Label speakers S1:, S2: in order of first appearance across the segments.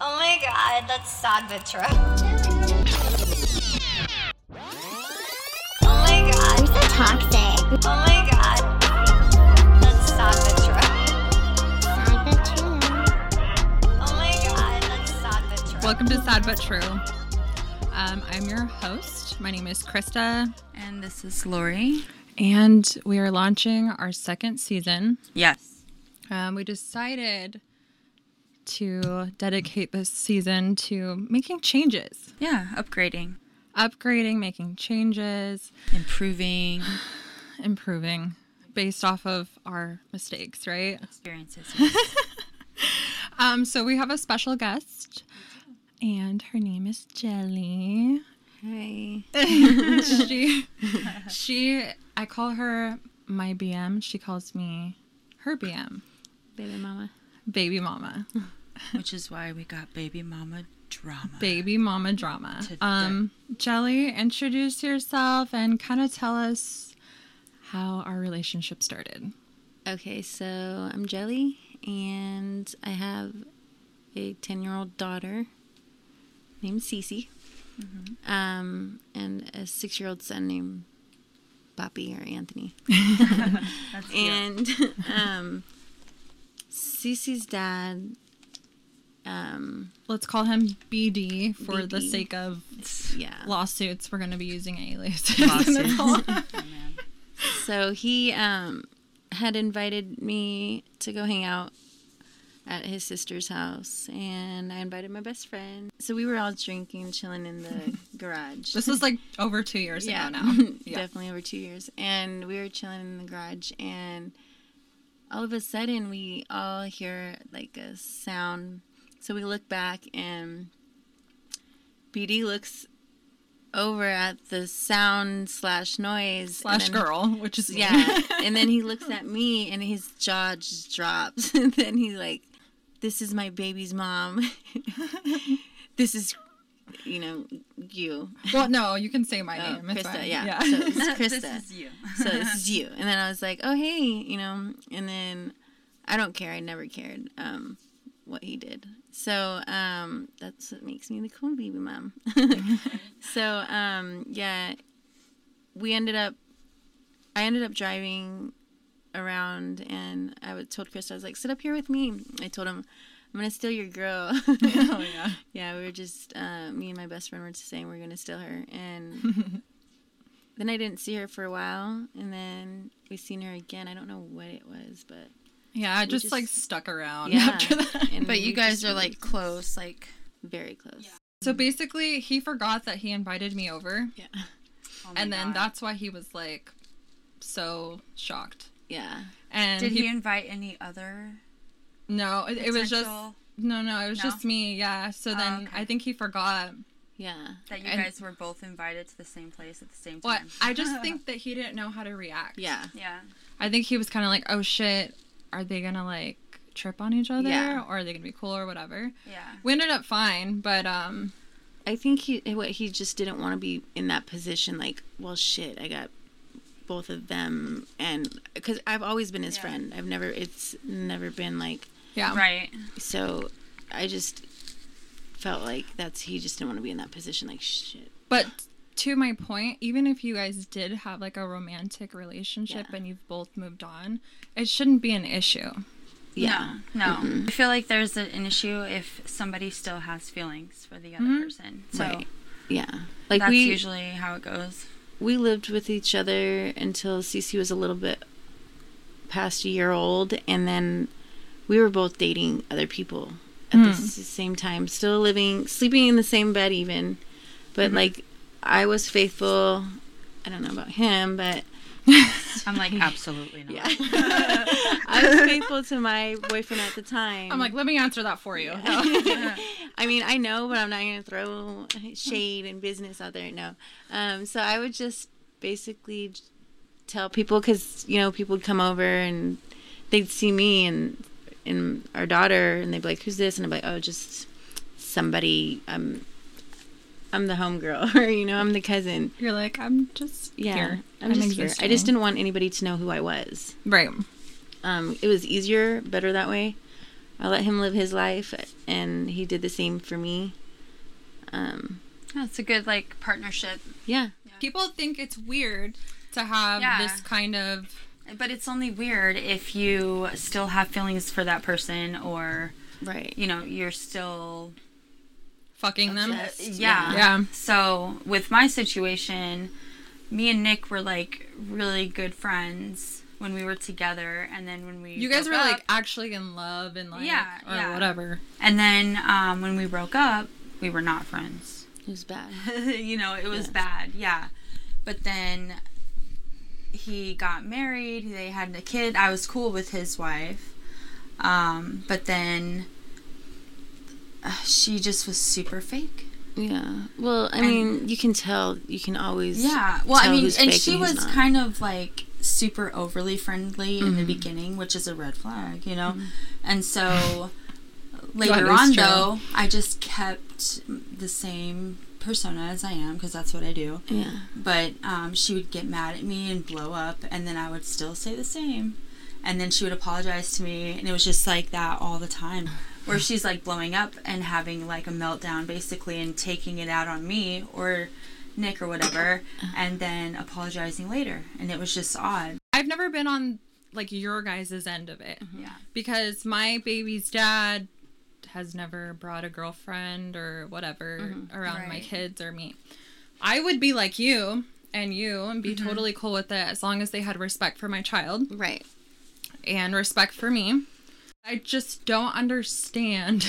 S1: Oh God, that's sad but true. Oh my
S2: I'm
S1: God.
S2: so toxic.
S1: Oh my God. That's sad but true. Oh my God, that's sad but true.
S3: Welcome to Sad But True. Um, I'm your host. My name is Krista,
S4: And this is Lori.
S3: and we are launching our second season.
S4: Yes.
S3: Um, we decided to dedicate this season to making changes,
S4: Yeah, upgrading,
S3: upgrading, making changes,
S4: improving
S3: improving based off of our mistakes, right?
S4: experiences.
S3: Um, so we have a special guest, and her name is Jelly.
S5: Hi.
S3: she she I call her my BM. She calls me her BM,
S5: Baby mama.
S3: baby mama,
S4: Which is why we got baby mama drama.
S3: baby mama drama.
S4: Today.
S3: Um, Jelly, introduce yourself and kind of tell us how our relationship started.
S5: Okay, so I'm Jelly, and I have a 10 year old daughter named Cece, um, and a six year old son named Poppy or Anthony.
S4: That's cute.
S5: And um, Cece's dad, um,
S3: Let's call him BD for the
S5: BD.
S3: sake of
S5: yeah.
S3: lawsuits. We're going to be using aliases.
S4: Lawsuits.
S5: So he um, had invited me to go hang out at his sister's house, and I invited my best friend. So we were all drinking and chilling in the garage.
S3: this was like over two years
S5: yeah,
S3: ago now. Yeah.
S5: definitely over two years. And we were chilling in the garage, and all of a sudden we all hear like a sound. So we look back, and BD looks over at the sound slash noise
S3: Slash
S5: and then-
S3: girl, which is me.
S5: yeah. and then he looks at me and his jaw just drops. and then he's like, This is my baby's mom. this is, you know, you.
S3: Well, no, you can say my
S5: Oh,
S3: name. It's
S5: Krista,
S3: fine.
S5: yeah. So this is Krista.
S4: This is you.
S5: so this is you. And then I was like, Oh, hey, you know, and then I don't care. I never cared um, what he did. So um, that's what makes me the cool baby mom. so um, yeah, we ended up. I ended up driving around, and I was told Chris, I was like, "Sit up here with me." I told him, "I'm gonna steal your girl."
S3: oh, yeah.
S5: yeah, we were just uh, me and my best friend were just saying we're gonna steal her, and then I didn't see her for a while, and then we seen her again. I don't know what it was, but
S3: Yeah, I
S5: We
S3: just,
S5: just-
S3: like stuck around
S5: Yeah.
S3: after that.
S5: and
S4: But
S5: we
S4: you guys
S5: just
S4: are
S5: really
S4: like close, like
S5: very close.
S3: So basically, he forgot that he invited me over,
S5: Yeah,
S4: oh my
S3: and then
S4: God.
S3: that's why he was like so shocked.
S5: yeah.
S3: And
S4: Did
S3: he,
S4: he invite any other?
S3: no, it, it was just
S4: potential
S3: no, no, it was
S4: No?
S3: just me. Yeah. So
S4: Oh, okay.
S3: then I think he forgot.
S5: yeah.
S4: that you
S3: and-
S4: guys were both invited to the same place at the same
S3: Well,
S4: time.
S3: I just think that he didn't know how to react.
S5: Yeah.
S4: Yeah.
S3: I think he was kind of like, oh shit, are they gonna like trip on each other,
S5: Yeah.
S3: or are they gonna be cool or whatever?
S4: Yeah.
S3: We ended up fine, but um,
S5: I think he what he just didn't want to be in that position. Like, well, shit, I got both of them, and because I've always been his
S4: Yeah.
S5: friend. I've never. It's never been like
S3: yeah,
S4: Right.
S5: so. I just felt like that's he just didn't want to be in that position. Like, shit.
S3: But to my point, even if you guys did have like a romantic relationship
S5: Yeah.
S3: and you've both moved on, it shouldn't be an issue.
S5: Yeah.
S4: No, no. I feel like there's a- an issue if somebody still has feelings for the other person. So
S5: Right. Yeah. Like
S4: that's
S5: we
S4: usually how it goes.
S5: we lived with each other until Cece was a little bit past a year old, and then we were both dating other people at the s- same time, still living, sleeping in the same bed, even. But like, I was faithful. I don't know about him, but
S4: I'm like, absolutely not.
S5: yeah, I was faithful to my boyfriend at the time.
S3: I'm like, let me answer that for you. Uh-huh.
S5: I mean, I know, but I'm not going to throw shade and business out there. No. Um, so I would just basically j- tell people because, you know, people would come over and they'd see me and, and our daughter and they'd be like, who's this? And I'd be like, oh, just somebody. I'm, I'm the homegirl or, you know, I'm the cousin.
S3: You're like, I'm just
S5: Yeah.
S3: here.
S5: I'm, just here. I
S3: existing.
S5: just didn't want anybody to know who I was
S3: right.
S5: um, it was easier, better that way. I let him live his life, and he did the same for me. Um,
S6: Yeah, it's a good like partnership,
S5: yeah.
S3: People think it's weird to have
S6: Yeah.
S3: this kind of
S6: but it's only weird if you still have feelings for that person, or
S5: Right.
S6: you know, you're still
S3: fucking them.
S5: Obsessed.
S6: yeah.
S3: Yeah.
S6: So with my situation, me and Nick were like really good friends when we were together, and then when we
S3: You guys were
S6: broke
S3: like
S6: up-
S3: actually in love and like
S6: Yeah,
S3: or
S6: yeah.
S3: whatever.
S6: and then um, when we broke up, we were not friends.
S5: It was bad.
S6: you know, it was
S5: Yeah.
S6: bad. Yeah. But then he got married. They had a kid. I was cool with his wife. Um, but then uh, she just was super fake.
S5: Yeah. Well, I mean, you can tell. You can always.
S6: Yeah. Well, I
S5: tell
S6: mean,
S5: who's
S6: and
S5: fake
S6: she
S5: who's
S6: was
S5: not. Mm-hmm.
S6: kind of like super overly friendly in the beginning, which is a red flag, you know? And so later
S3: is
S6: on,
S3: true.
S6: though, I just kept the same persona as I am because that's what I do.
S5: Yeah.
S6: But um, she would get mad at me and blow up, and then I would still say the same. And then she would apologize to me, and it was just like that all the time. Where she's like blowing up and having like a meltdown basically and taking it out on me or Nick or whatever, and then apologizing later. And it was just odd.
S3: I've never been on like your guys' end of it
S6: Yeah.
S3: because my baby's dad has never brought a girlfriend or whatever around my
S6: Mm-hmm. Right.
S3: kids or me. I would be like you and you and
S6: Mm-hmm.
S3: be totally cool with it as long as they had respect for my child
S5: Right.
S3: and respect for me. I just don't understand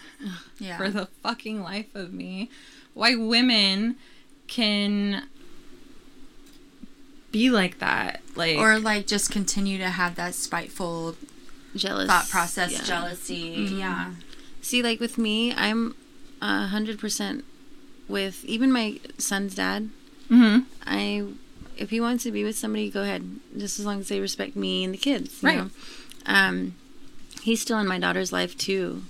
S6: Yeah.
S3: for the fucking life of me why women can be like that. Like
S6: or like just continue to have that spiteful
S5: Jealous.
S6: thought process,
S5: yeah.
S6: jealousy. Yeah.
S5: See, like with me, I'm a hundred percent with even my son's dad.
S3: Mhm.
S5: I, if he wants to be with somebody, go ahead. Just as long as they respect me and the kids. You
S3: Right.
S5: Know? Um, he's still in my daughter's life too.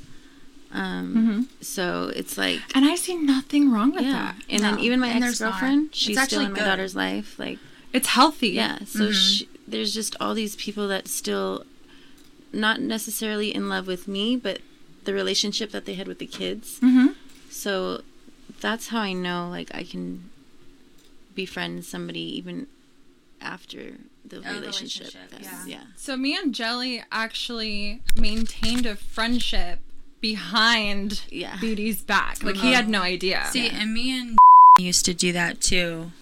S5: Um,
S6: Mm-hmm.
S5: so it's like.
S3: And I see nothing wrong with
S5: Yeah,
S3: that.
S5: and
S6: No,
S5: then even my
S6: and
S5: ex
S6: there's not.
S5: girlfriend,
S6: It's
S5: she's still
S6: actually
S5: in my
S6: good.
S5: daughter's life. Like,
S3: It's healthy.
S5: yeah, so
S6: Mm-hmm.
S5: she, there's just all these people that still, not necessarily in love with me, but the relationship that they had with the kids.
S6: Mm-hmm.
S3: hmm
S5: So that's how I know, like, I can befriend somebody even after the relationship.
S6: Oh, relationship,
S5: that's-
S6: yeah.
S3: So me and Jelly actually maintained a friendship behind
S5: Yeah.
S3: Beauty's back. Like he had no idea.
S6: Uh-huh. See, and me and used to do that too,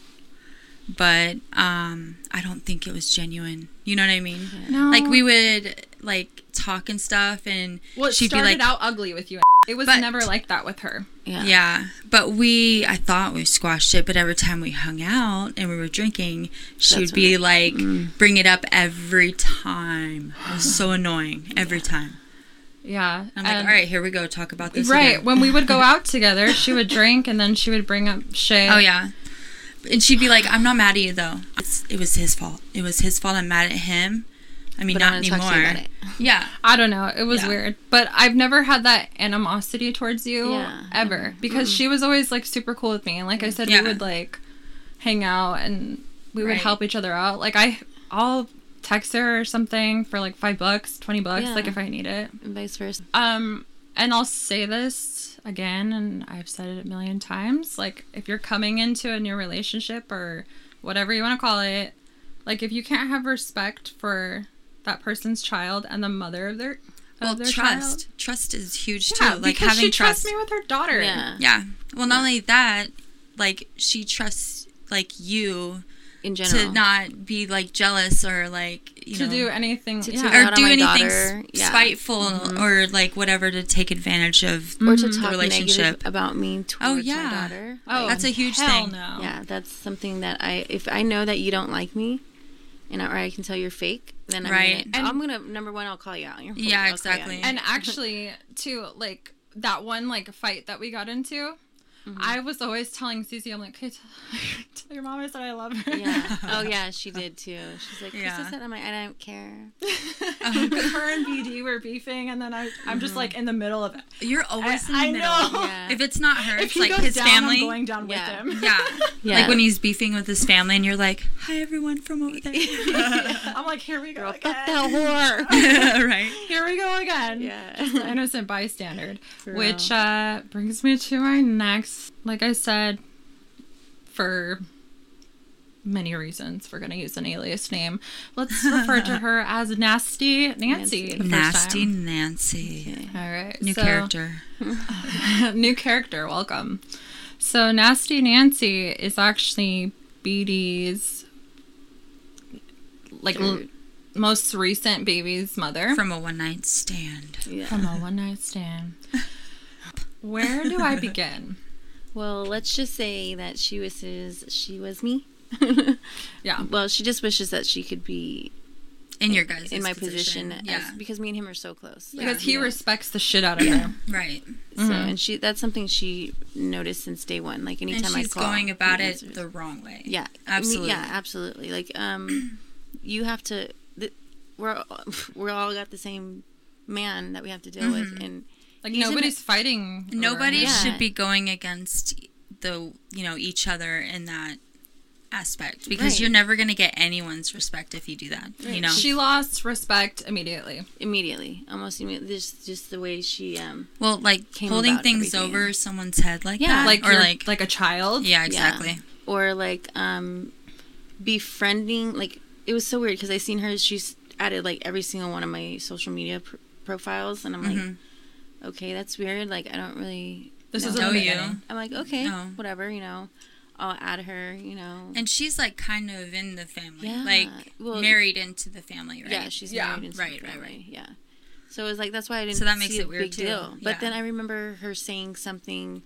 S6: but um, I don't think it was genuine. You know what I mean?
S3: no,
S6: Like we would like talk and stuff, and
S3: well, it
S6: she'd be
S3: started
S6: like,
S3: out ugly with you. It was
S6: But-
S3: never like that with her.
S5: Yeah. Yeah.
S6: "Yeah." But we, I thought we squashed it, but every time we hung out and we were drinking, she
S5: That's
S6: would be like,
S3: Mm.
S6: "Bring it up every time." It was so annoying every time.
S3: Yeah.
S6: I'm like,
S3: and-
S6: "All right, here we go. Talk about this."
S3: Um, Right.
S6: again."
S3: When we would go out together, she would drink and then she would bring up shit.
S6: Oh yeah. And she'd be like, "I'm not mad at you though. It's, it was his fault. It was his fault. I'm mad at him. I mean,
S5: But
S6: not
S5: I'm gonna
S6: anymore.
S5: talk to you about it.
S6: Yeah,
S3: I don't know. It was
S6: Yeah.
S3: weird. But I've never had that animosity towards you
S5: Yeah,
S3: ever because she was always like super cool with me. And like I said,
S6: Yeah.
S3: we would like hang out and we would
S6: Right.
S3: help each other out. Like I, I'll text her or something for like five bucks, 20 bucks, like
S5: Yeah.
S3: if I need it.
S5: And vice versa.
S3: Um, and I'll say this again, and I've said it a million times. Like, if you're coming into a new relationship or whatever you want to call it, like if you can't have respect for that person's child and the mother of their
S6: well,
S3: of their
S6: trust.
S3: child,
S6: Trust is huge
S3: yeah,
S6: too. Like
S3: because
S6: having
S3: she
S6: trust.
S3: trusts me with her daughter.
S5: Yeah.
S6: yeah. Well, not only that, like she trusts like you
S5: In general.
S6: to not be like jealous or like you
S3: To
S6: know
S3: do anything,
S5: To
S3: yeah.
S5: do-
S6: or
S5: Not on
S6: do
S5: my
S6: anything
S5: daughter,
S6: s-
S5: yeah.
S6: spiteful or like whatever to take advantage
S5: or
S6: of.
S5: to
S6: Mm-hmm. the
S5: talk negative
S6: relationship. Oh,
S5: about me towards
S6: yeah.
S5: my daughter.
S3: oh,
S6: That's a huge
S3: hell
S6: thing.
S3: No.
S5: Yeah, that's something that I if I know that you don't like me, and I, or I can tell you're fake, then I'm
S6: Right.
S5: gonna, I'm gonna number one, I'll call you out. You're
S6: Yeah,
S5: I'll call you
S6: exactly.
S5: out.
S3: And actually, too, like that one like fight that we got into,
S6: Mm-hmm.
S3: I was always telling Susie, I'm like, okay, tell, tell your mom I said I love her.
S5: Yeah. Oh yeah, she did too. She's like, Krista
S6: Yeah.
S5: said, I'm like, I don't care.
S3: Because Um, her and BD were beefing, and then I, I'm just like in the middle of it.
S6: You're always
S3: I
S6: Mm-hmm. in the middle.
S3: know.
S5: Yeah.
S6: If it's not her,
S3: If
S6: it's
S3: he
S6: like
S3: goes
S6: his
S3: down,
S6: family.
S3: I'm going down
S5: Yeah.
S3: with him.
S6: yeah.
S5: Yeah.
S6: Like when he's beefing with his family, and you're like, "Hi, everyone from over there."
S3: I'm like, here we go
S5: Fuck
S3: again.
S5: that whore.
S6: right.
S3: Here we go again. the
S5: yeah.
S3: innocent bystander. Which uh, brings me to my next. Like I said, for many reasons, we're gonna use an alias name. Let's refer to her as Nasty Nancy. the first
S6: Nasty
S3: time.
S6: Nancy.
S3: All right.
S6: New
S3: so-
S6: character.
S3: new character. Welcome. So Nasty Nancy is actually BD's like l-
S5: Third.
S3: most recent baby's mother.
S6: From a one night stand.
S5: Yeah.
S3: from a one night stand. Where do I begin?
S5: Well, let's just say that she wishes she was me.
S3: Yeah.
S5: Well, she just wishes that she could be
S6: In your guys'
S5: in my position,
S6: Yeah.
S5: as, because me and him are so close. Like,
S3: Because he
S5: you know,
S3: respects the shit out of her.
S6: right.
S5: so, and she that's something she noticed since day one. Like anytime
S6: And
S5: I
S6: she's
S5: call,
S6: going about
S5: he
S6: it
S5: answers.
S6: the wrong way.
S5: Yeah, I mean,
S6: Absolutely.
S5: yeah, absolutely. Like, um, you have to. Th- we're we're all got the same man that we have to deal
S6: Mm-hmm.
S5: with, and
S3: Like
S5: he's in a-
S3: nobody's fighting. over
S6: Nobody
S3: him.
S5: Yeah.
S6: should be going against the you know each other in that aspect because
S5: Right.
S6: you're never going to get anyone's respect if you do that. You know.
S3: She lost respect immediately.
S5: immediately, almost immediately, just just the way she um
S6: well, like
S5: Came
S6: holding
S5: about
S6: things
S5: everything.
S6: over someone's head like
S5: Yeah.
S6: that,
S3: Like
S6: or
S3: you're-
S6: like,
S3: like a child.
S6: yeah,
S5: Yeah.
S6: exactly.
S5: or like um befriending like it was so weird because i seen her she's added like every single one of my social media pr- profiles and i'm like okay that's weird like i don't really
S3: This
S5: know.
S3: is
S6: Mm-hmm. Know
S3: a
S6: you.
S3: beginning.
S5: i'm like okay
S6: No.
S5: whatever you know i'll add her you know
S6: And she's like kind of in the family,
S5: Yeah.
S6: like
S5: Well,
S6: married into the family, right?
S5: yeah she's
S3: Yeah.
S5: married and stuff,
S6: Right, right,
S5: right,
S6: right.
S5: yeah so it was like that's why i didn't
S6: So that makes
S5: see
S6: it
S5: a
S6: weird,
S5: big
S6: too.
S5: deal but
S6: Yeah.
S5: then i remember her saying something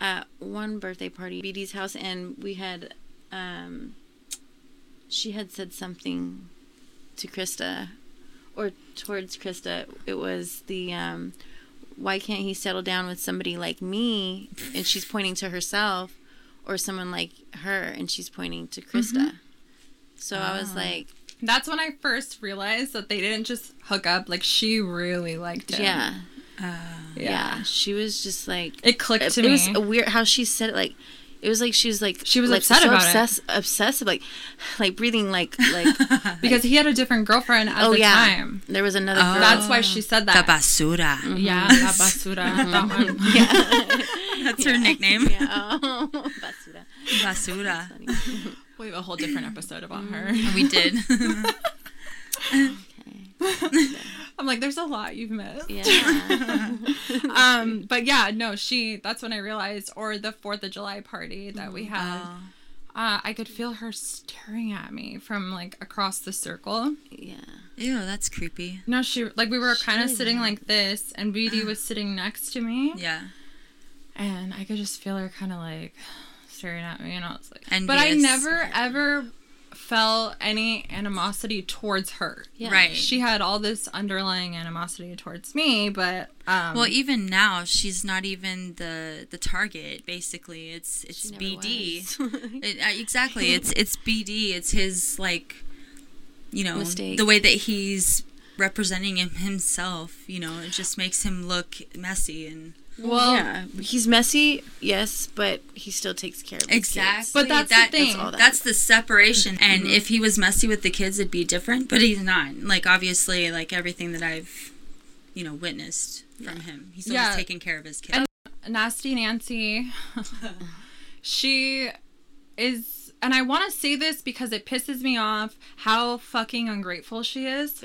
S5: at one birthday party bd's house and we had um she had said something to Krista or towards Krista. It was the um, why can't he settle down with somebody like me? And she's pointing to herself or someone like her and she's pointing to Krista.
S6: Mm-hmm.
S5: So I
S6: Oh,
S5: was like,
S3: That's when I first realized that they didn't just hook up. Like she really liked him.
S5: yeah,
S3: Yeah.
S5: yeah, She was just like,
S3: It clicked
S5: it,
S3: to
S5: it
S3: me.
S5: was a weird how she said it. Like, it was like she was like
S3: She was
S5: like,
S3: upset about it.
S5: obsess- obsessive, like like breathing, like like
S3: because he had a different girlfriend at
S5: oh
S3: the
S5: yeah.
S3: time.
S5: There was another girl.
S3: That's why she said that.
S6: The basura.
S5: Mm.
S3: Yeah, la basura. that one.
S6: That's her nickname.
S5: yeah. Oh, basura.
S6: Basura.
S3: We have a whole different episode about her.
S6: We did.
S3: I'm like, there's a lot you've missed.
S5: Yeah.
S3: Um, but yeah, no, she. That's when I realized, or the Fourth of July party that we had. Uh, I could feel her staring at me from like across the circle.
S5: yeah.
S6: Ew, that's creepy.
S3: No, she like we were kind of sitting like this, and BD was sitting next to me,
S6: Yeah.
S3: and I could just feel her kind of like staring at me, and I was like, but I
S6: Envious.
S3: never ever felt any animosity towards her.
S5: Yeah.
S6: Right.
S3: She had all this underlying animosity towards me, but um,
S6: Well, even now, she's not even the the target. Basically, it's it's
S5: Never
S6: BD.
S5: was.
S6: It, uh, exactly, it's it's BD. It's his like, you know,
S5: Mistake.
S6: the way that he's representing him himself. You know, it just makes him look messy and
S3: well,
S5: yeah. He's messy, yes, but he still takes care of his kids.
S6: But
S3: But that's the thing.
S5: all that-
S6: That's the separation. And if he was messy with the kids, it'd be different. But he's not. Like obviously, like everything that I've, you know, witnessed from him, he's always
S3: Yeah.
S6: taking care of his kids.
S3: Nasty Nancy. she is, and I want to say this because it pisses me off how fucking ungrateful she is.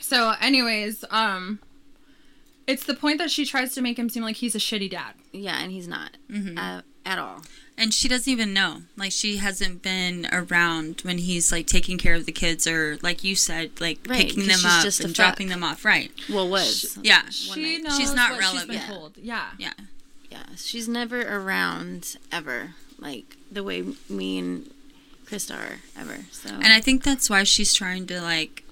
S3: So, anyways, um, it's the point that she tries to make him seem like he's a shitty dad.
S5: Yeah, and he's not
S3: Mm-hmm.
S5: uh, at all.
S6: and she doesn't even know like she hasn't been around when he's like taking care of the kids or like you said like
S5: Right,
S6: picking
S5: 'cause
S6: them
S5: she's
S6: up
S5: just a
S6: and dropping
S5: fuck.
S6: them off right
S5: Well, was.
S6: yeah
S3: She
S5: night.
S3: knows
S6: She's not
S3: what she's
S6: relevant.
S3: been
S5: Yeah.
S3: told. Yeah.
S6: yeah
S5: yeah. She's never around ever, like the way me and Krista are ever. So
S6: and i think that's why she's trying to like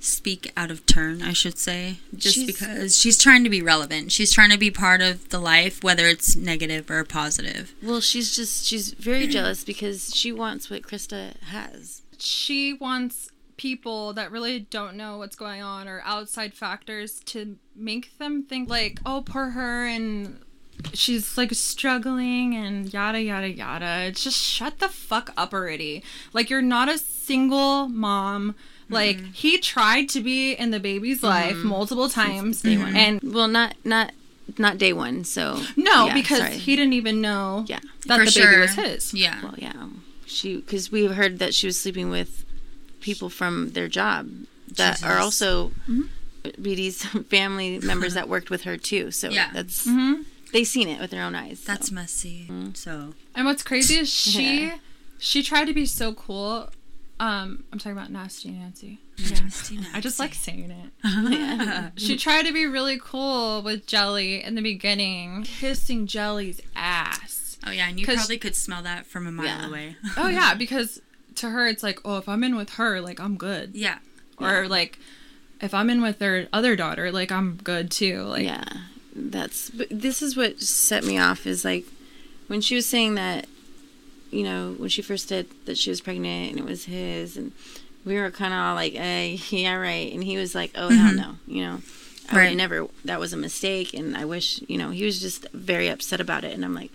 S6: speak out of turn i should say just
S5: She's-
S6: because she's trying to be relevant she's trying to be part of the life whether it's negative or positive
S5: well, she's just she's very jealous because she wants what Krista has.
S3: She wants people that really don't know what's going on or outside factors to make them think like, oh, poor her and she's like struggling and yada yada yada. It's just shut the fuck up already. Like you're not a single mom. Like
S6: Mm-hmm.
S3: he tried to be in the baby's life multiple times and
S5: Well, not not not day one. So
S3: no,
S5: yeah,
S3: because
S5: sorry.
S3: he didn't even know
S5: yeah.
S3: that
S6: For
S3: the
S6: sure.
S3: baby was his.
S6: Yeah.
S5: Well, yeah, she because we heard that she was sleeping with people from their job that are
S6: Jesus.
S5: also BD's family members that worked with her too. So
S6: Yeah.
S5: that's
S3: hmm
S5: they seen it with their own eyes. so. Mm-hmm.
S6: That's messy. So
S3: And what's crazy is she
S5: Yeah.
S3: she tried to be so cool. Um, I'm talking about nasty Nancy.
S6: Christina,
S3: I just like saying it. she tried to be really cool with Jelly in the beginning, kissing Jelly's ass.
S6: Oh yeah, and you
S3: 'Cause-
S6: probably could smell that from a mile
S5: Yeah.
S6: away.
S3: Oh yeah, because to her it's like, oh, if I'm in with her, like I'm good.
S6: yeah.
S3: Or like, if I'm in with their other daughter, like I'm good too. Like,
S5: yeah that's but this is what set me off is like when she was saying that you know when she first said that she was pregnant and it was his and we were kind of all like eh, yeah right and he was like oh hell no you know I would
S6: Right.
S5: never that was a mistake and I wish you know he was just very upset about it and I'm like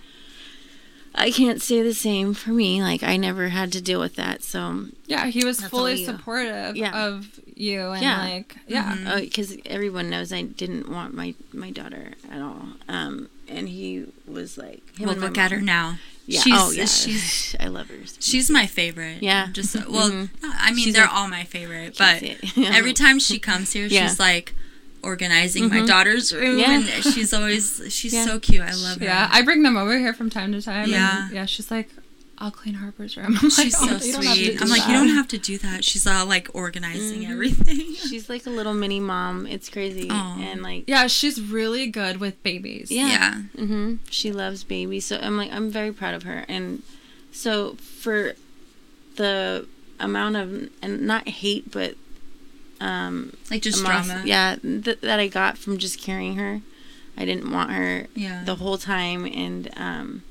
S5: I can't say the same for me like I never had to deal with that so
S3: yeah, he was
S5: That's all
S3: fully
S5: you.
S3: supportive
S5: Yeah.
S3: of you and
S5: Yeah. Mm-hmm.
S3: like, yeah,
S6: Mm.
S5: because Oh, everyone knows I didn't want my my daughter at all. Um, and he was like, him
S6: Well,
S5: and my
S6: look at
S5: mom.
S6: her now.
S5: Yeah.
S6: She's,
S5: oh yeah.
S6: She's
S5: I love her.
S6: she's my favorite.
S5: Yeah. Mm-hmm.
S6: Just well, not- I mean
S5: She's
S6: they're
S5: my-
S6: all my favorite,
S5: Can't
S6: but
S5: say it. Yeah.
S6: every time she comes here,
S5: Yeah. Mm-hmm.
S6: she's like organizing my daughter's room,
S5: Yeah.
S6: and she's always she's
S5: Yeah.
S6: so cute. I love her.
S3: Yeah, I bring them over here from time to time. Yeah,
S6: Yeah.
S3: yeah. She's like, I'll clean Harper's room. I'm
S6: She's
S3: like, "Oh, you
S6: so
S3: don't have to
S6: sweet.
S3: do
S6: I'm like,
S3: that."
S6: you don't have to do that. She's all like organizing everything.
S5: she's like a little mini mom. It's crazy.
S6: Aw.
S5: And like
S3: Yeah, she's really good with babies.
S5: yeah,
S6: Yeah.
S5: hmm she loves babies. So I'm like I'm very proud of her. And so for the amount of and not hate but um
S6: Like just
S5: emos-
S6: drama.
S5: yeah th- that I got from just carrying her. I didn't want her
S6: Yeah.
S5: the whole time and um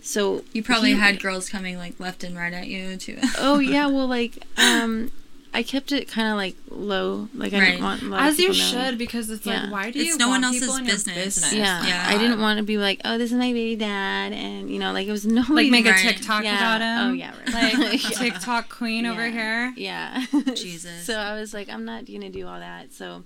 S5: so
S6: You probably
S5: he-
S6: had girls coming like left and right at you too.
S5: oh yeah well like um i kept it kind of like low like i
S6: Right.
S5: didn't want a lot of
S3: As you
S5: people knowing.
S3: should, because it's
S5: Yeah.
S3: like, why do
S6: It's
S3: you
S6: no
S3: want
S6: one
S3: people
S6: else's
S3: in your
S6: business.
S3: business?
S5: yeah.
S6: Yeah.
S5: i didn't want to be like oh this is my baby dad and you know like it was no
S3: Like make a
S6: Right.
S3: TikTok about him.
S5: oh yeah right.
S3: Like TikTok queen over
S5: Yeah.
S3: here.
S5: yeah
S6: Jesus.
S5: so i was like i'm not gonna do all that so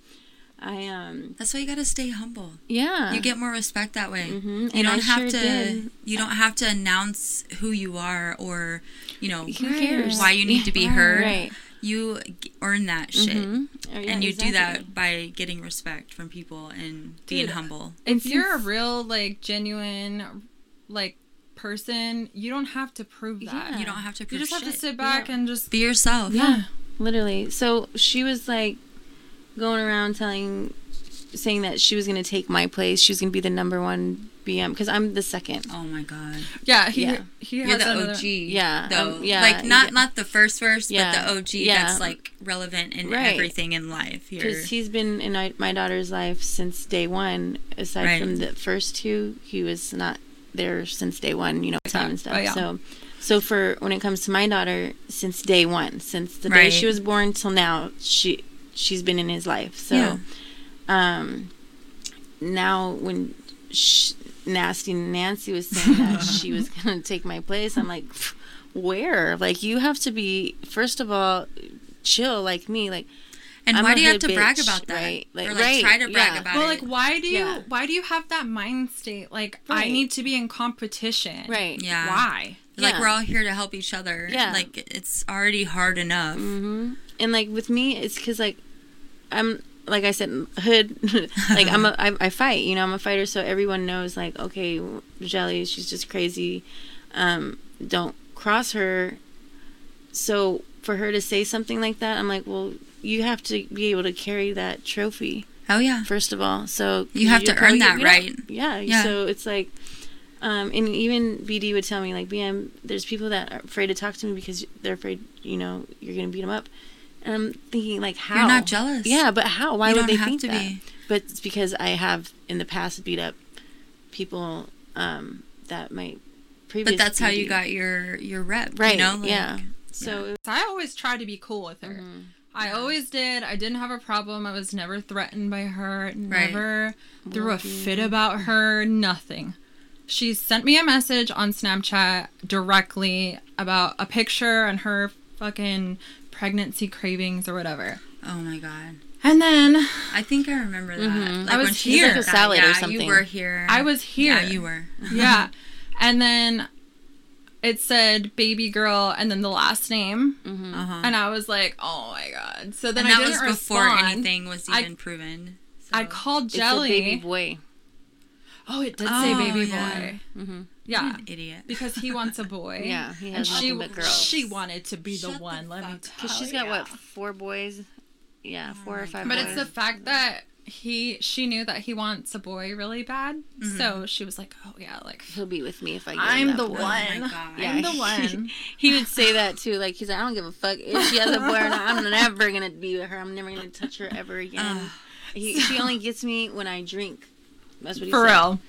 S5: i um
S6: That's why you gotta stay humble.
S5: yeah
S6: You get more respect that way.
S5: Mhm,
S6: You
S5: and I
S6: don't have
S5: sure
S6: to.
S5: did.
S6: You don't have to announce who you are or, you know,
S5: who cares
S6: why you need to be heard.
S5: right
S6: You g- earn that shit,
S5: Mhm. Oh, yeah,
S6: and you do
S5: exactly.
S6: that by getting respect from people and being
S3: Dude,
S6: humble.
S3: If you're a real, like, genuine, like, person, you don't have to prove that.
S5: Yeah.
S6: You don't have to.
S3: You
S6: Prove
S3: just have to
S6: shit.
S3: sit back and just
S6: Be yourself.
S5: Yeah, literally. So she was like going around telling, saying that she was going to take my place. She was going to be the number one BM because I'm the second.
S6: Oh my god.
S3: yeah. He
S5: Yeah.
S3: he
S6: You're
S3: has
S6: the
S3: another-
S6: OG.
S5: Yeah,
S6: Though.
S5: um, yeah,
S6: Like not
S5: yeah.
S6: not the first verse,
S5: Yeah,
S6: but the OG
S5: yeah.
S6: that's like relevant in
S5: Right.
S6: everything in life. Here.
S5: Because he's been in my, my daughter's life since day one. Aside
S6: Right.
S5: from the first two, he was not there since day one. You know, time and stuff.
S3: Oh, yeah.
S5: So, so for when it comes to my daughter, since day one, since the day
S6: Right.
S5: she was born till now, she she's been in his life. So,
S6: Yeah.
S5: um, now when sh nasty Nancy was saying that she was gonna take my place, I'm like, where? Like you have to be first of all chill like me like
S6: And
S5: I'm
S6: why
S5: a
S6: do you have
S5: hood
S6: to brag
S5: bitch,
S6: about that?
S5: right? Like-
S6: or like
S5: right,
S6: try to brag
S5: yeah.
S6: about
S3: well
S6: it.
S3: like why do you
S5: Yeah.
S3: why do you have that mind state like i
S5: Right.
S3: need to be in competition
S5: Right.
S6: Yeah.
S3: why
S6: Like
S5: Yeah.
S6: we're all here to help each other.
S5: Yeah.
S6: Like it's already hard enough.
S5: hmm And like with me, it's because like I'm like I said, hood. like I'm a I, I fight. You know, I'm a fighter, so everyone knows. Like okay, Jelly, she's just crazy. Um, don't cross her. So for her to say something like that, I'm like, well, you have to be able to carry that trophy
S6: Oh yeah.
S5: first of all. So
S6: You have to
S5: you're probably-
S6: earn that
S5: you don't-
S6: right.
S5: Yeah.
S6: Yeah.
S5: So it's like, um, and even BD would tell me like, BM, there's people that are afraid to talk to me because they're afraid, you know, you're gonna beat them up. And I'm thinking like, how?
S6: not jealous.
S5: Yeah, but how? Why
S6: You
S5: would
S6: don't
S5: they
S6: have
S5: think
S6: to
S5: that?
S6: be.
S5: But it's because I have in the past beat up people um, that my previous.
S6: But that's how you
S5: BD
S6: got your your rep.
S5: Right.
S6: You know? Like,
S5: yeah. So it-
S3: I always tried to be cool with her. I always did. I didn't have a problem. I was never threatened by her. Never threw a fit about her. Nothing. She sent me a message on Snapchat directly about a picture and her fucking pregnancy cravings or whatever.
S2: Oh my god.
S3: And then
S2: I think I remember that.
S5: Mm-hmm.
S2: Like
S3: I was
S2: when she
S3: here.
S2: said
S3: Like a
S2: that,
S5: salad or
S2: yeah,
S5: something.
S2: You were here.
S3: I was here.
S2: Yeah, you were.
S3: yeah. And then it said baby girl and then the last name.
S5: Mm-hmm.
S2: Uh
S6: Uh-huh.
S2: huh.
S3: And I was like, oh my God. So then
S2: And
S3: I
S2: that
S3: didn't
S2: was before
S3: respond.
S2: anything was
S3: I-
S2: even proven. So.
S3: I called
S5: it's a
S3: Jelly.
S5: baby boy.
S3: Oh, it did
S2: Oh,
S3: say baby
S2: yeah.
S3: boy.
S5: Mhm.
S3: Yeah,
S2: an idiot.
S3: because he wants a boy.
S5: Yeah, he
S3: and
S5: has
S3: she
S5: nothing but girls.
S3: she wanted to be the
S2: Shut the
S3: one. let me
S2: fuck
S3: tell
S5: Because she's got
S3: ya.
S5: what four boys. Yeah, four
S6: Oh
S5: or five.
S3: But
S5: boys.
S3: it's the fact that he she knew that he wants a boy really bad,
S5: Mm-hmm.
S3: so she was like, "Oh yeah, like
S5: he'll be with me if I. Get
S3: I'm
S5: him
S3: the
S5: that boy.
S3: one.
S2: God.
S3: I'm the one."
S5: he would say that too. Like he's like, I don't give a fuck if she has a boy or not. I'm never gonna be with her. I'm never gonna touch her ever again. he, she only gets me when I drink. That's what he
S3: For
S5: said.
S3: real,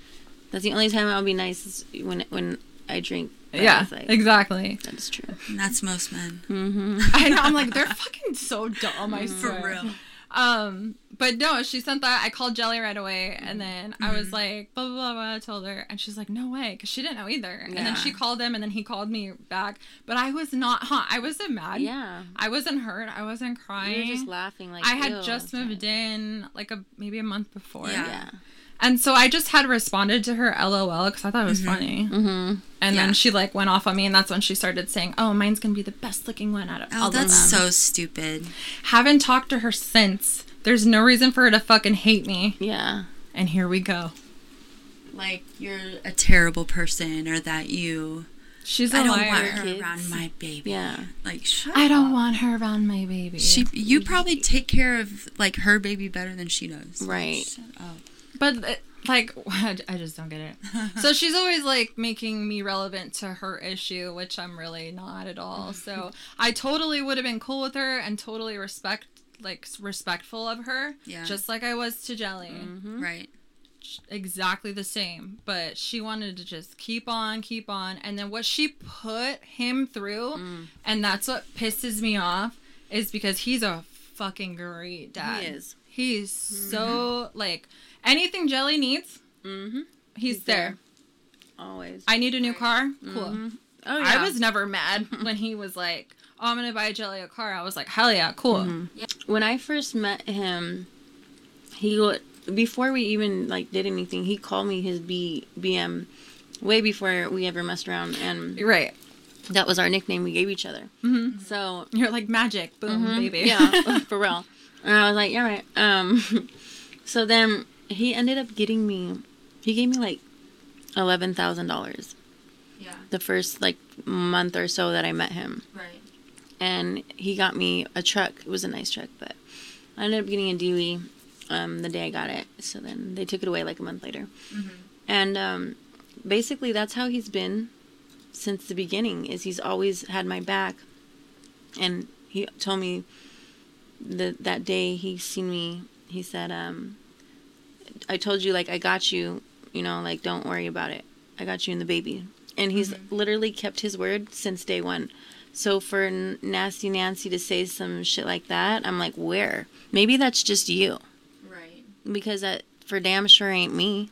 S5: That's the only time I'll be nice is when when I drink. But
S3: yeah,
S5: it's like,
S3: exactly.
S5: that is true.
S2: And that's most men.
S5: Mm.
S3: I know. I'm like, they're fucking so dumb. I
S2: For
S3: swear.
S2: real.
S3: Um, but no, she sent that. I called Jelly right away, and then I was like, blah blah blah. blah I told her, and she's like, no way, because she didn't know either. And
S5: Yeah.
S3: then she called him, and then he called me back. But I was not, huh? I wasn't mad.
S5: Yeah,
S3: I wasn't hurt. I wasn't
S5: we were
S3: crying.
S5: just laughing. Like
S3: I had
S5: ew,
S3: just
S5: that's
S3: moved in, like a maybe a month before.
S2: Yeah.
S5: Yeah.
S3: And so I just had responded to her LOL because I thought it was funny.
S5: Mm-hmm.
S3: And
S2: Yeah.
S3: then she like went off on me, and that's when she started saying, "Oh, mine's gonna be the best looking one out of all
S2: Oh,
S3: of them."
S2: that's so stupid.
S3: Haven't talked to her since. There's no reason for her to fucking hate me.
S5: Yeah.
S3: And here we go.
S2: Like you're a terrible person, or that you.
S3: She's a
S2: I don't
S3: liar.
S2: want her
S5: kids.
S2: around my baby.
S5: Yeah.
S2: Like shut
S3: I don't
S2: up.
S3: want her around my baby.
S2: She, you probably take care of like her baby better than she does. Oh,
S5: Right.
S2: Shut up.
S3: but uh, like, I I just don't get it. so she's always like making me relevant to her issue, which I'm really not at
S2: Mm-hmm.
S3: all. So I totally would have been cool with her and totally respect, like s- respectful of her.
S2: Yeah. Mm-hmm.
S3: Just like I was to Jelly.
S5: Mm-hmm.
S2: Right.
S3: sh- exactly the same, but she wanted to just keep on, keep on. And then what she put him through,
S5: Mm.
S3: and that's what pisses me off, is because he's a fucking great dad.
S5: He is.
S3: He's so, like, anything Jelly needs,
S5: Mm-hmm.
S3: he's,
S5: He's
S3: there.
S5: there. Always.
S3: I need a new car. Cool.
S5: oh yeah.
S3: I was never mad when he was like, oh, I'm going to buy Jelly a car. I was like, hell yeah, cool.
S5: Mm-hmm. when I first met him, he wa- before we even like did anything, he called me his B BM way before we ever messed around, and
S3: You're right.
S5: that was our nickname we gave each other. So
S3: You're like magic. Boom, baby.
S5: Mm-hmm. yeah, for real. And I was like, yeah, right. Um, so then he ended up getting me. He gave me like eleven thousand dollars.
S2: Yeah.
S5: The first like month or so that I met him,
S2: Right.
S5: and he got me a truck. It was a nice truck, but I ended up getting a Dewey um, the day I got it. So then they took it away like a month later, and um, basically that's how he's been since the beginning. Is he's always had my back, and he told me that that day he seen me. He said, um, "I told you like I got you. You know, like don't worry about it. I got you and the baby." And he's literally kept his word since day one. So for N- Nasty Nancy to say some shit like that, I'm like, where? Maybe that's just you,
S2: Right.
S5: because that for damn sure ain't me.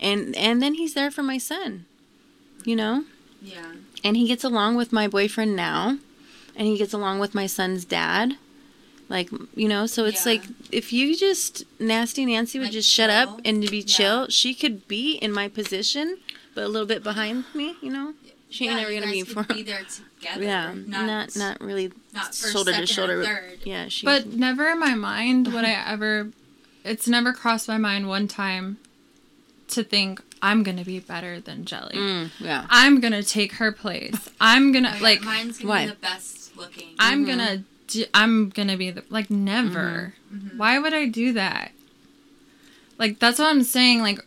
S5: And and then he's there for my son, you know.
S2: Yeah.
S5: And he gets along with my boyfriend now, and he gets along with my son's dad. Like you know, so it's
S2: Yeah.
S5: like if you just Nasty Nancy would
S2: Like,
S5: just shut up
S2: chill.
S5: and be
S2: Yeah.
S5: chill, she could be in my position, but a little bit behind me, you know. She ain't never gonna be in front.
S2: Be there together.
S5: Yeah,
S2: Not.
S5: not not really
S2: not first,
S5: shoulder to
S2: second,
S5: shoulder.
S2: or
S5: with-
S2: third.
S5: Yeah, she.
S3: But never in my mind would I ever. It's never crossed my mind one time to think I'm gonna be better than Jelly.
S5: Mm, yeah,
S3: I'm gonna take her place. I'm
S6: Oh,
S3: gonna like.
S2: mine's
S5: gonna be
S2: gonna
S5: what? Ah.
S2: be the best looking.
S3: I'm gonna. Do, I'm gonna be the, like never.
S5: Mm-hmm.
S3: Why would I do that? Like that's what I'm saying. Like,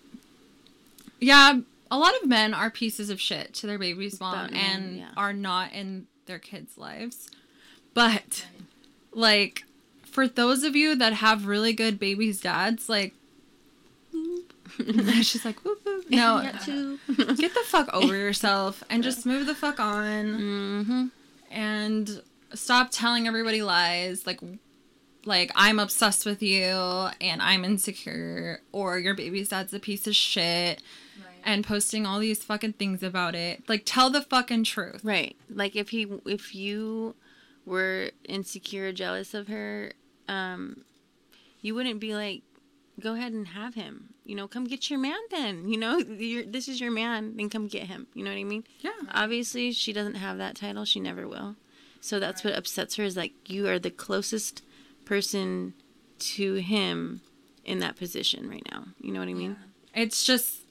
S3: yeah, a lot of men are pieces of shit to their baby's mom
S5: But men,
S3: and
S5: yeah.
S3: are not in their kids' lives. But like for those of you that have really good babies' dads, like she's like, whoop, whoop. no,
S5: too.
S3: get the fuck over yourself and just move the fuck on.
S5: mm-hmm.
S3: and stop telling everybody lies like like i'm obsessed with you and i'm insecure or your baby's dad's a piece of shit and posting all these fucking things about it like tell the fucking truth
S5: Right. Like if he if you were insecure, jealous of her, um you wouldn't be like go ahead and have him. You know, come get your man then. You know, You're, this is your man, then come get him. You know what I mean?
S3: yeah
S5: Obviously, she doesn't have that title. She never will. So that's what upsets her is like you are the closest person to him in that position right now. You know what I mean?
S3: it's just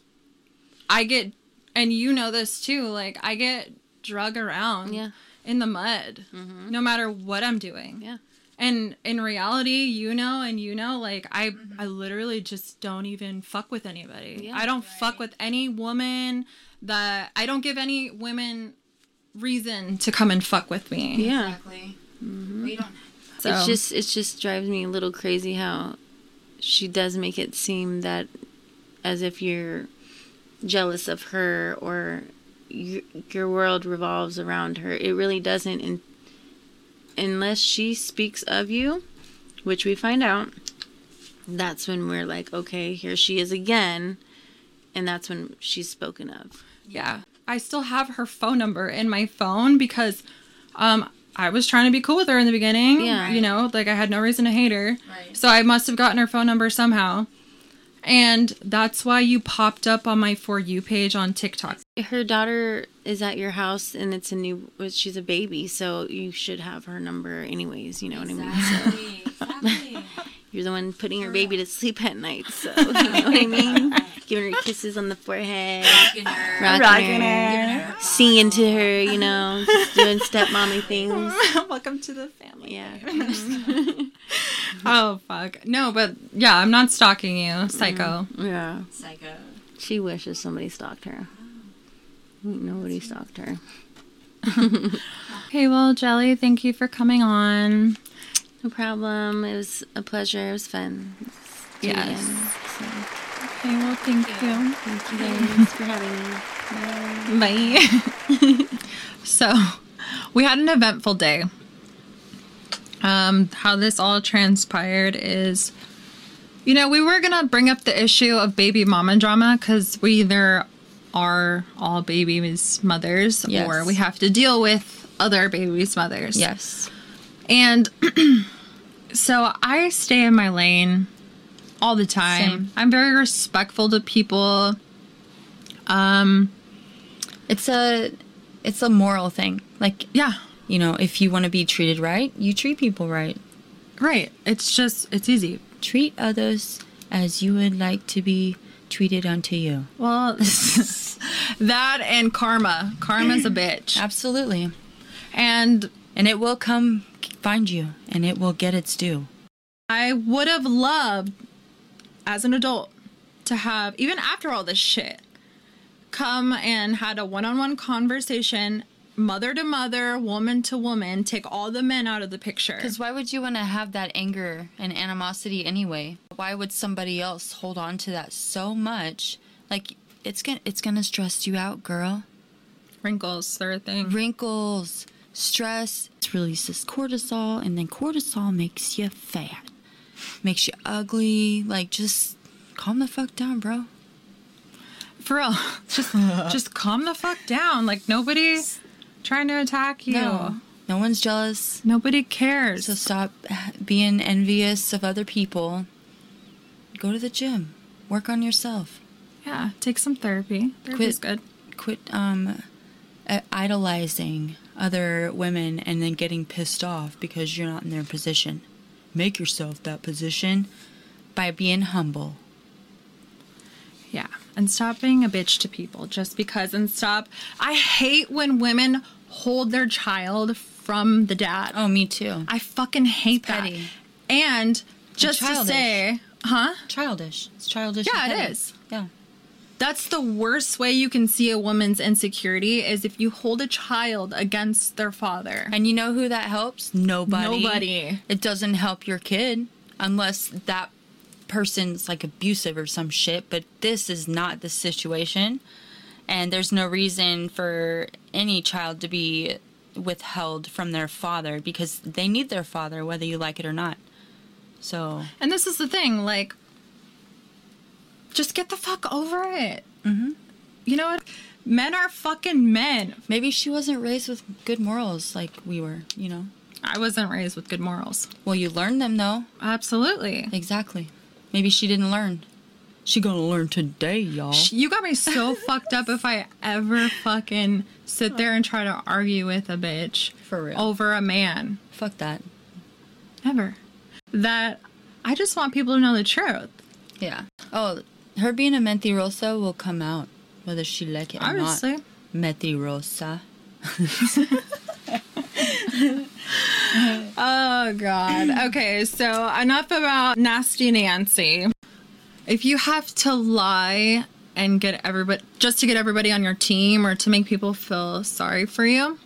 S3: i get and you know this too like i get drug around
S5: Yeah. Mm-hmm.
S3: in the mud no matter what i'm doing
S5: Yeah.
S3: and in reality you know and you know like i i literally just don't even fuck with anybody
S5: Mm-hmm. Yeah.
S3: i don't fuck with any woman that i don't give any women reason to come and fuck with me
S5: Yeah.
S2: Exactly.
S5: Mm-hmm.
S2: We don't.
S3: so
S5: It's just it just drives me a little crazy how she does make it seem that as if you're jealous of her or your, your world revolves around her. It really doesn't and unless she speaks of you, which we find out, that's when we're like, okay, here she is again. And that's when she's spoken of.
S3: yeah i still have her phone number in my phone because um i was trying to be cool with her in the beginning
S5: Yeah.
S3: you know like i had no reason to hate her
S2: Right.
S3: so i must have gotten her phone number somehow and that's why you popped up on my for you page on tiktok
S5: Her daughter is at your house and it's a new, she's a baby, so you should have her number anyways, you know what I mean?
S2: Exactly. exactly.
S5: You're the one putting your baby to sleep at night, so you know what I mean. Giving her kisses on the forehead,
S2: Fucking her.
S5: rocking, her,
S2: Giving her-
S5: singing to her, you know, just doing stepmommy things.
S3: welcome to the family
S5: Yeah,
S3: oh fuck no but yeah i'm not stalking you psycho
S5: yeah.
S2: Psycho.
S5: She wishes somebody stalked her. Ain't Nobody stalked her.
S3: okay well jelly thank you for coming on
S5: No problem. It was a pleasure. It was fun. Do it
S3: Yes.
S5: again. So,
S3: okay well thank you
S5: thank you guys. Thanks for having me.
S3: Bye. so, we had an eventful day. Um, how this all transpired is, you know, we were gonna bring up the issue of baby mama drama because we either are all babies' mothers
S5: Yes.
S3: or we have to deal with other babies' mothers.
S5: Yes.
S3: And so I stay in my lane all the time. I'm very respectful to people.
S6: It's a it's a moral thing. Like
S3: Yeah,
S6: you know, if you want to be treated right, you treat people right.
S3: Right. It's just it's easy.
S6: Treat others as you would like to be treated unto you.
S3: Well, that and karma. Karma's a bitch.
S6: Absolutely.
S3: And
S6: And it will come find you and it will get its due.
S3: I would have loved as an adult to have even after all this shit come and had a one-on-one conversation mother to mother, woman to woman, take all the men out of the picture.
S6: Because why would you want to have that anger and animosity anyway? Why would somebody else hold on to that so much? Like it's gonna it's gonna stress you out, girl.
S3: Wrinkles, they're a thing.
S6: Wrinkles, stress it releases cortisol, and then cortisol makes you fat, makes you ugly. Like just calm the fuck down, bro.
S3: For real. Just just calm the fuck down. Like nobody's trying to attack you.
S6: No, no one's jealous.
S3: Nobody cares.
S6: So stop being envious of other people. Go to the gym. Work on yourself.
S3: Yeah, take some therapy. Therapy's good.
S6: quit um uh, idolizing other women and then getting pissed off because you're not in their position make yourself that position by being humble
S3: Yeah, and stop being a bitch to people just because. And stop. I hate when women hold their child from the dad.
S6: oh me too
S3: I fucking hate
S6: It's petty.
S3: that. And just to
S6: childish.
S3: say, huh?
S6: childish it's childish
S3: Yeah,
S6: and
S3: it
S6: petty.
S3: is.
S6: yeah
S3: That's the worst way you can see a woman's insecurity is if you hold a child against their father.
S6: and you know who that helps nobody
S3: Nobody.
S6: it doesn't help your kid unless that person's like abusive or some shit but this is not the situation and there's no reason for any child to be withheld from their father because they need their father whether you like it or not. So
S3: And this is the thing, like, just get the fuck over it. Mm-hmm. You know what? Men are fucking men.
S6: maybe she wasn't raised with good morals like we were, you know.
S3: I wasn't raised with good morals.
S6: Well, you learned them though.
S3: Absolutely.
S6: Exactly. Maybe she didn't learn. She gonna learn today, y'all.
S3: Sh- You got me so fucked up if I ever fucking sit there and try to argue with a bitch
S6: For real.
S3: over a man.
S6: Fuck that.
S3: Ever.
S6: Mm-hmm.
S3: That I just want people to know the truth.
S6: Yeah. Oh, her being a mentirosa will come out whether she like it or
S3: Obviously.
S6: not. Mentirosa.
S3: Oh god. Okay, so enough about nasty Nancy. If you have to lie and get everybody just to get everybody on your team or to make people feel sorry for you,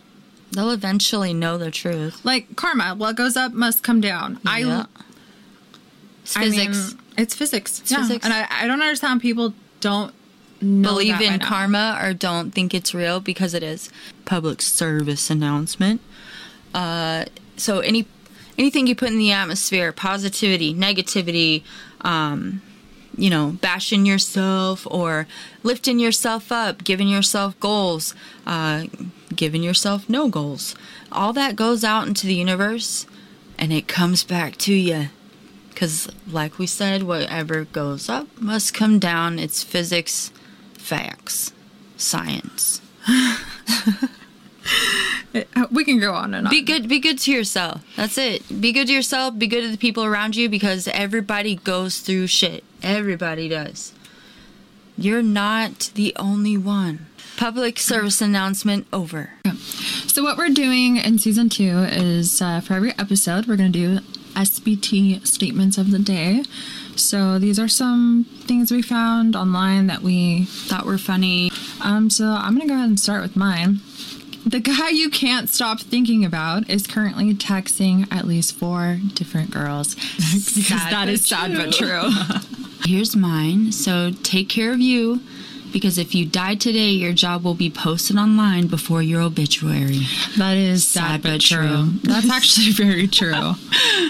S6: They'll eventually know the truth.
S3: like karma, what goes up must come down. I
S6: Yeah. It's
S3: I mean,
S6: physics.
S3: it's physics. yeah.
S6: physics.
S3: And I, I don't understand how people don't know that
S6: Believe
S3: by
S6: in
S3: now.
S6: karma or don't think it's real because it is. Public service announcement. Uh, so any anything you put in the atmosphere, positivity, negativity, um, you know, bashing yourself or lifting yourself up, giving yourself goals, uh, giving yourself no goals. All that goes out into the universe and it comes back to you. Because, like we said, whatever goes up must come down. It's physics, facts, science.
S3: Uh, We can go on and on.
S6: Be good. Be good to yourself. That's it. Be good to yourself. Be good to the people around you because everybody goes through shit. Everybody does. You're not the only one. Public service announcement over.
S3: So what we're doing in season two is uh, for every episode we're going to do SBT statements of the day. So these are some things we found online that we
S6: Thought we're funny.
S3: um. So I'm going to go ahead and start with mine. The guy you can't stop thinking about is currently texting at least four different girls. because that is sad but true.
S6: Here's mine. So take care of you. Because if you die today, your job will be posted online before your obituary.
S3: that is
S6: Sad
S3: sad, but,
S6: but
S3: true.
S6: true.
S3: That's actually very true.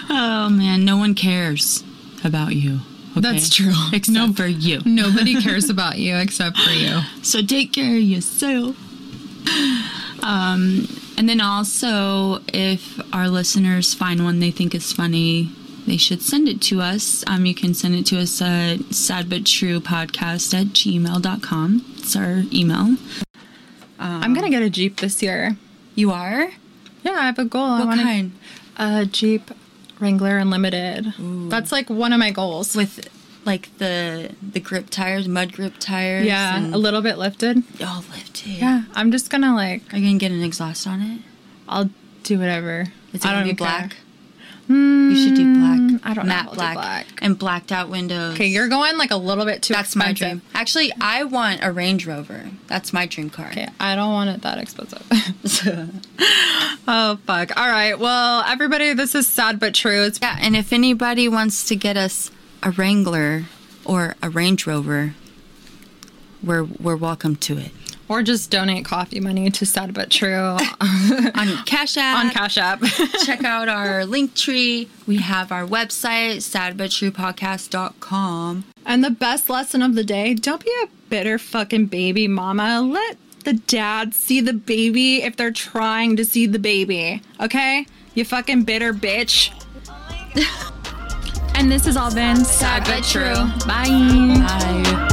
S6: Oh man, no one cares about you. okay?
S3: That's true.
S6: Except
S3: No-
S6: for you.
S3: Nobody cares about you except for you.
S6: So take care of yourself. Um, and then also, if our listeners find one they think is funny, they should send it to us. Um, you can send it to us at sadbuttruepodcast at gmail.com. It's our email.
S3: I'm gonna get a Jeep this year.
S6: You are?
S3: Yeah, I have a goal. I
S6: What
S3: wanna,
S6: kind?
S3: A Jeep Wrangler Unlimited. That's like one of my goals.
S6: With like the the grip tires, mud grip tires.
S3: yeah,
S6: and
S3: a little bit lifted.
S6: all lifted.
S3: Yeah, I'm just gonna like
S6: Are you gonna get an exhaust on it?
S3: I'll do whatever.
S6: Is it
S3: I
S6: gonna
S3: don't
S6: be
S3: even care. Mm,
S6: black? You should do black.
S3: I don't know.
S6: Matte
S3: I'll do
S6: black,
S3: black.
S6: and blacked out windows.
S3: Okay, you're going like a little bit too.
S6: That's my
S3: expensive.
S6: dream. Actually, I want a Range Rover. That's my dream car.
S3: Okay, I don't want it that expensive. oh fuck! All right, well, everybody, this is sad but true. It's
S6: Yeah, and if anybody wants to get us a Wrangler or a Range Rover, we're we're welcome to it.
S3: or just donate coffee money to sad but true
S6: On Cash App.
S3: on Cash App.
S6: check out our link tree. We have our website, sadbuttruepodcast.com.
S3: And the best lesson of the day don't be a bitter fucking baby mama. Let the dad see the baby if they're trying to see the baby. Okay? You fucking bitter bitch.
S1: Oh
S3: and this has all been Sad But True. Bye.
S6: Bye.
S1: oh